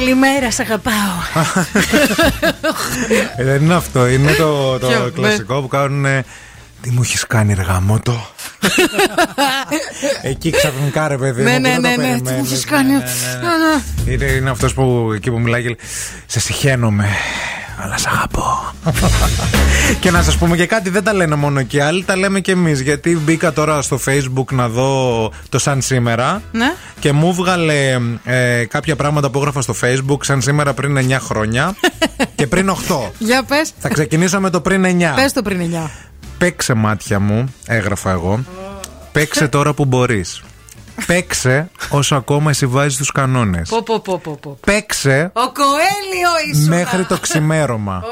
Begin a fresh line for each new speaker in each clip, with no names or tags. Καλημέρα, σ' αγαπάω.
Ε, Δεν είναι αυτό, είναι το, το
Ποιο, ναι.
κλασικό που κάνουν. ε, Τι μου έχεις κάνει, εργαμότο. εκεί ξαφνικά ρε παιδί μου.
ναι,
που
ναι,
δεν το
ναι, ναι, τι μου
περιμένεις.
έχεις κάνει.
Ναι, ναι, ναι.
Α, ναι.
Είναι, είναι αυτός που εκεί που μιλάει και λέει, Σε συχαίνομαι, αλλά σ' αγαπώ. και να σας πούμε και κάτι, δεν τα λένε μόνο και άλλοι, τα λέμε και εμείς. Γιατί μπήκα τώρα στο Facebook να δω το σαν σήμερα.
Ναι.
Και μου βγάλε ε, κάποια πράγματα που έγραφα στο Facebook σαν σήμερα πριν 9 χρόνια και πριν 8.
Για πες,
Θα ξεκινήσω με το πριν 9.
πες το πριν 9.
Παίξε μάτια μου, έγραφα εγώ. Παίξε τώρα που μπορείς. Παίξε όσο ακόμα εσύ βάζεις τους κανόνες.
Πω, πω, πω, πω, πω.
Παίξε
Ο Κοέλιο ήσουν.
μέχρι το ξημέρωμα.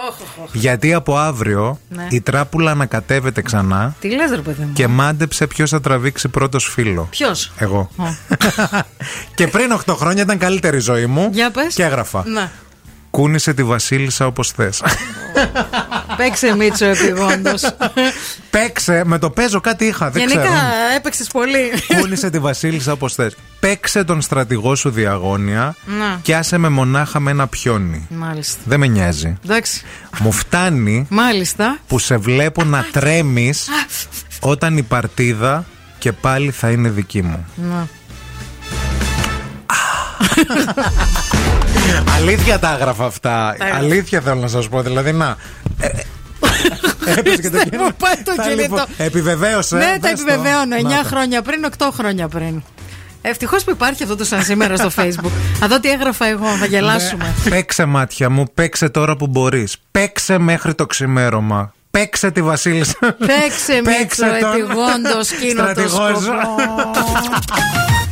Γιατί από αύριο
Ναι.
η τράπουλα ανακατεύεται ξανά
Τι λες ρε παιδί μου.
και μάντεψε ποιος θα τραβήξει πρώτος φίλο.
Ποιος.
Εγώ.
Ω.
και πριν 8 χρόνια ήταν καλύτερη η ζωή μου.
Για πες.
Και έγραφα.
Ναι.
Κούνησε τη Βασίλισσα όπως θες.
Παίξε Μίτσο επιγόντως.
Παίξε, με το παίζω κάτι είχα, δεν ξέρω.
Γενικά έπαιξες πολύ.
Κούνησε τη Βασίλισσα όπως θες. Παίξε τον στρατηγό σου διαγώνια
Να.
και άσε με μονάχα με ένα πιόνι.
Μάλιστα.
Δεν με νοιάζει.
Εντάξει.
Μου φτάνει
Μάλιστα.
που σε βλέπω να τρέμει όταν η παρτίδα και πάλι θα είναι δική μου.
Να. Ναι.
Αλήθεια τα έγραφα αυτά.
έγραφα.
Αλήθεια θέλω να σας πω. Δηλαδή να. ε, ε, έπεσε και το
Χριστέ μου, πάει το
Τα λοιπόν.
κινητό.
Επιβεβαίωσε.
Ναι, τα
πες το.
επιβεβαιώνω. 9
Να τα.
χρόνια πριν, 8 χρόνια πριν. Ευτυχώς που υπάρχει αυτό το σαν σήμερα στο Facebook. Να δω τι έγραφα εγώ, θα γελάσουμε.
Ναι. Παίξε μάτια μου, παίξε τώρα που μπορείς. Παίξε μέχρι το ξημέρωμα. Παίξε τη Βασίλισσα.
Παίξε, Μίτσο,
τον
επιγόντως, κοινό το
στρατηγό σου.
σκοπό.